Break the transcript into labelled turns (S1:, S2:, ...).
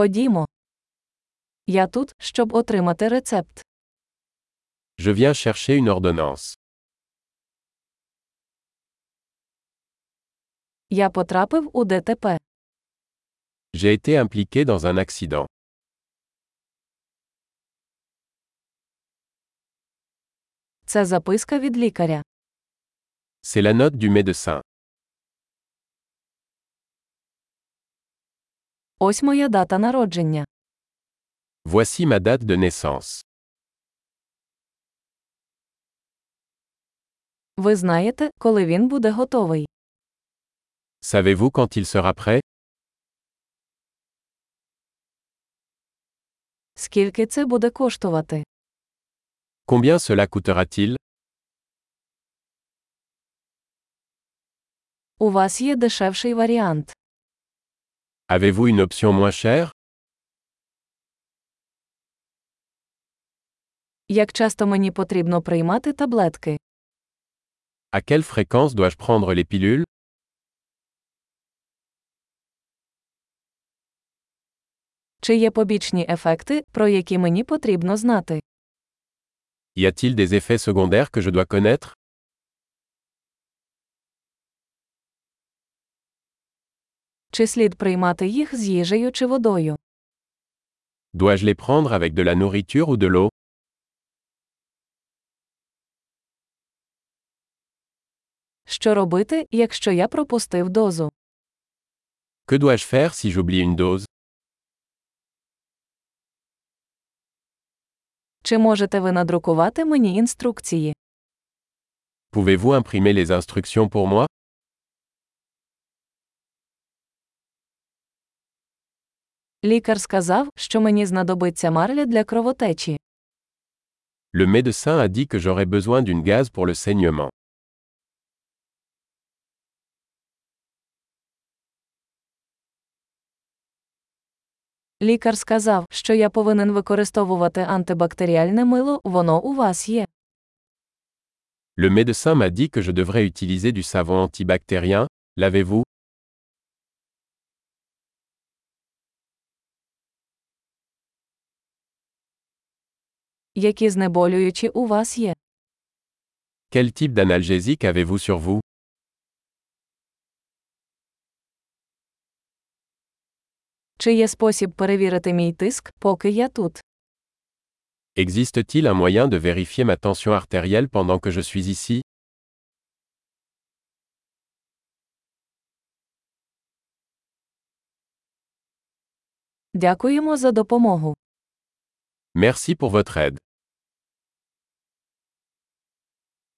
S1: Ходімо. Я тут, щоб отримати рецепт.
S2: Je viens chercher une ordonnance.
S1: Я потрапив у ДТП.
S2: J'ai été impliqué dans un accident.
S1: Це записка від лікаря.
S2: C'est la note du médecin.
S1: Ось моя дата народження.
S2: Voici ma date de naissance.
S1: Ви знаєте, коли він буде готовий.
S2: Savez-vous quand il sera prêt
S1: Скільки це буде коштувати?
S2: Combien cela coûtera-t-il
S1: У вас є дешевший варіант.
S2: Avez-vous une option moins chère
S1: Як часто мені потрібно приймати таблетки?
S2: À quelle fréquence dois-je prendre les pilules
S1: Чи є побічні ефекти, про які мені потрібно знати?
S2: Y a-t-il des effets secondaires que je dois connaître
S1: Чи слід приймати їх з їжею чи водою?
S2: Dois-je les prendre avec de la nourriture ou de l'eau
S1: Що робити, якщо я пропустив дозу?
S2: Que dois-je faire si j'oublie une dose
S1: Чи можете ви надрукувати мені інструкції?
S2: Pouvez-vous imprimer les instructions pour moi
S1: Лікар сказав, що мені знадобиться марля для кровотечі.
S2: Le médecin a dit que j'aurais besoin d'une gaz pour le saignement.
S1: Лікар сказав, що я повинен використовувати антибактеріальне мило, воно у вас є.
S2: Le médecin m'a dit que je devrais utiliser du savon antibactérien, l'avez-vous
S1: Які знеболюючі у вас є?
S2: Quel type d'analgésique avez-vous sur vous
S1: Чи є спосіб перевірити мій тиск, поки я тут?
S2: Existe-t-il un moyen de vérifier ma tension artérielle pendant que je suis ici
S1: Дякуємо за допомогу.
S2: Merci pour votre aide.